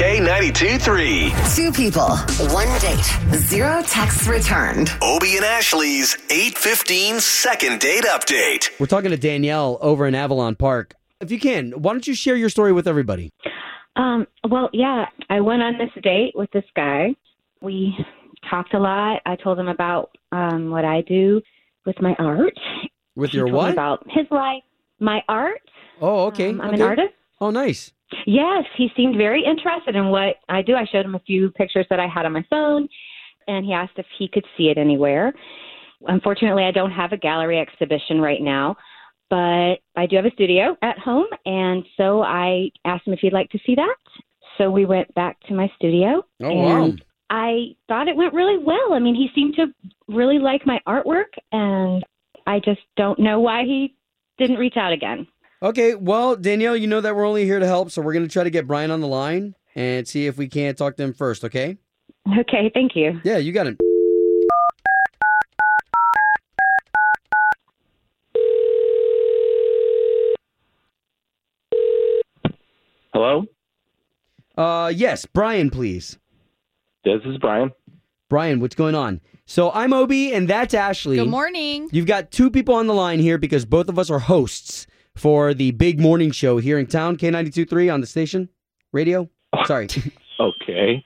K92 3. Two people, one date, zero texts returned. Obie and Ashley's 815 second date update. We're talking to Danielle over in Avalon Park. If you can, why don't you share your story with everybody? Um, well, yeah, I went on this date with this guy. We talked a lot. I told him about um, what I do with my art. With He your told me what? About his life, my art. Oh, okay. Um, I'm an okay. artist. Oh, nice. Yes, he seemed very interested in what I do. I showed him a few pictures that I had on my phone, and he asked if he could see it anywhere. Unfortunately, I don't have a gallery exhibition right now, but I do have a studio at home, and so I asked him if he'd like to see that. So we went back to my studio, Oh, and wow. I thought it went really well. I mean, he seemed to really like my artwork, and I just don't know why he didn't reach out again. Okay, well, Danielle, you know that we're only here to help, so we're going to try to get Brian on the line and see if we can't talk to him first, okay? Okay, thank you. Yeah, you got him. Hello, Uh, yes, Brian, please. this is Brian. Brian, what's going on? So I'm Obi, and that's Ashley. Good morning. You've got two people on the line here because both of us are hosts for the big morning show here in town, K92.3 on the station radio. Sorry. Okay.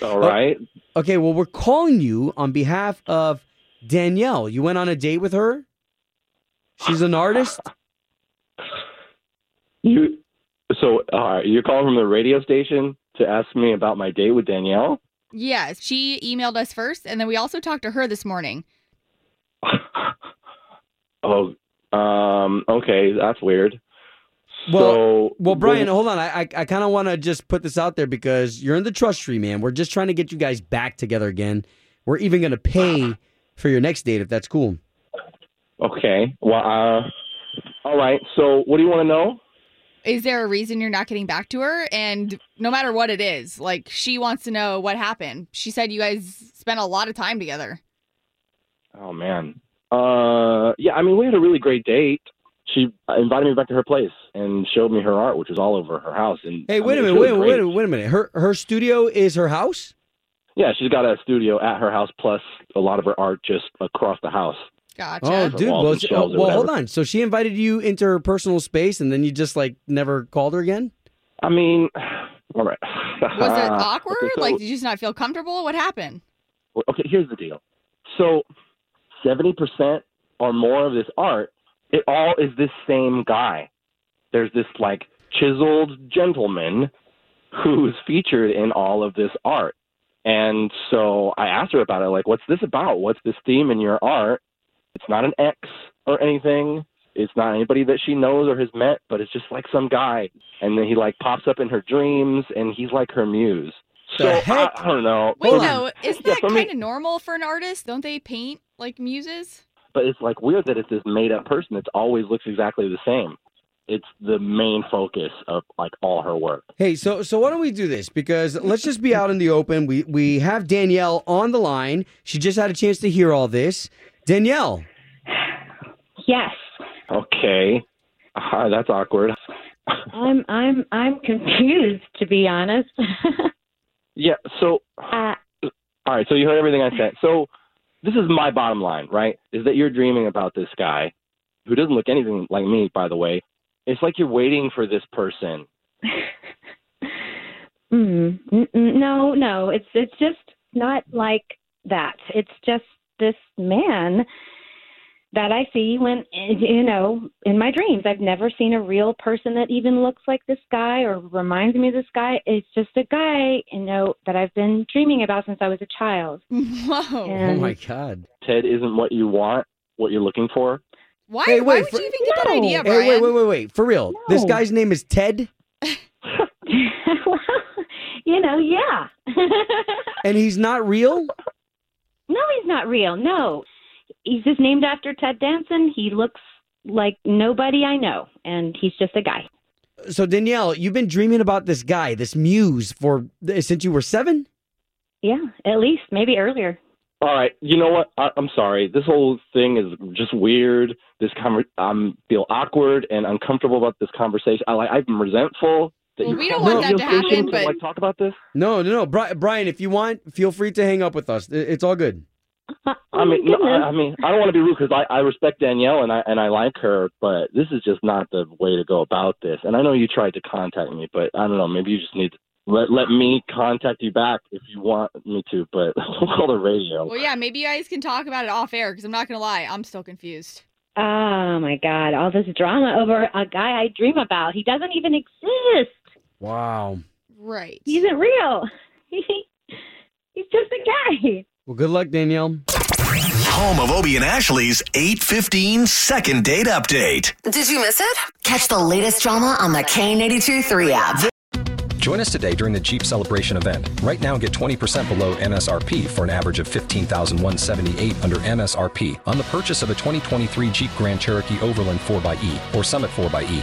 All right. okay, well, we're calling you on behalf of Danielle. You went on a date with her? She's an artist? You so all right, you're calling from the radio station to ask me about my date with Danielle? Yes, she emailed us first, and then we also talked to her this morning. Oh, um, okay, that's weird. Well- so, Well, Brian, hold on. I I, I kind of want to just put this out there because you're in the trust tree, man. We're just trying to get you guys back together again. We're even going to pay for your next date if that's cool. oh. okay. Well, uh, all right. So, what do you want to know? Is there a reason you're not getting back to her? And no matter what it is, like she wants to know what happened. She said you guys spent a lot of time together. Oh man. Uh, yeah. I mean, we had a really great date. She invited me back to her place and showed me her art, which was all over her house. And Hey, I wait a mean, it minute, was wait, really a- great. wait, a- wait a minute. Her her studio is her house. Yeah, she's got a studio at her house, plus a lot of her art just across the house. Oh, Gotcha. dude. walls Well, and she- shelves oh, or well, hold whatever. on. So she invited you into her personal space, and then you just like never called her again. I mean, all right. Was it awkward? ah, okay, so- like, did you just not feel comfortable? What happened? okay, here's the deal. So, seventy percent or more of this art, it all is this same guy. There's this like chiseled gentleman who's featured in all of this art. And so I asked her about it, like, what's this about? What's this theme in your art? It's not an ex or anything. It's not anybody that she knows or has met, but it's just like some guy. And then he like pops up in her dreams, and he's like her muse. The So I- heck? I, don't know. Wait, But- Oh, no, isn't Oh, Yeah, that for me- kind of normal for an artist? Don't they paint like muses? but it's like weird that it's this made up person that always looks exactly the same. It's the main focus of like all her work. Hey, so so why don't we do this? Because let's just be out in the open. We we have Danielle on the line. She just had a chance to hear all this. Danielle, Yes. Okay, Ah, that's awkward. I'm I'm I'm confused to be honest. Yeah. So uh, all right. So you heard everything I said. So this is my bottom line, right? Is that you're dreaming about this guy who doesn't look anything like me, by the way. It's like you're waiting for this person. mm, n- n- no, no, it's it's just not like that. It's just this man that I see when you know in my dreams. I've never seen a real person that even looks like this guy or reminds me of this guy. It's just a guy, you know, that I've been dreaming about since I was a child. Whoa. Yeah. oh Um, my god. Ted isn't what you want, what you're looking for. Why, Hey, why wait, would for- you even get that No. idea, Hey, Brian? Hey, wait, wait, wait, wait. For real, this No. guy's name is Ted. well, Hell yeah. And he's not real? no, he's not real. No. He's just named after Ted Danson. He looks like nobody I know, and he's just a guy. So Danielle, you've been dreaming about this guy, this muse, for uh, since you were seven. Yeah, at least, maybe earlier. All right, you know what? I, I'm sorry. This whole thing is just weird. This conver- I'm feel awkward and uncomfortable about this conversation. I like I'm resentful. That Well, you we don't called want the that to radio station happen, but- like talk about this. No, no, no, Bri- Brian. If you want, feel free to hang up with us. I- It's all good. Uh, oh I mean, my no, goodness. I, I mean, I don't want to be rude because I, I respect Danielle and I and I like her, but this is just not the way to go about this. And I know you tried to contact me, but I don't know. Maybe you just need to let let me contact you back if you want me to. But we'll call the radio. Well, yeah, maybe you guys can talk about it off air because I'm not gonna lie, I'm still confused. Oh my God! All this drama over a guy I dream about. He doesn't even exist. Wow. Right. He isn't real. He's just a guy. Well, good luck, Danielle. Home of Obie and Ashley's 815 second date update. Did you miss it? Catch the latest drama on the K82 3 app. Join us today during the Jeep Celebration event. Right now, get 20% below MSRP for an average of 15178 under MSRP on the purchase of a 2023 Jeep Grand Cherokee Overland 4xE or Summit 4xE.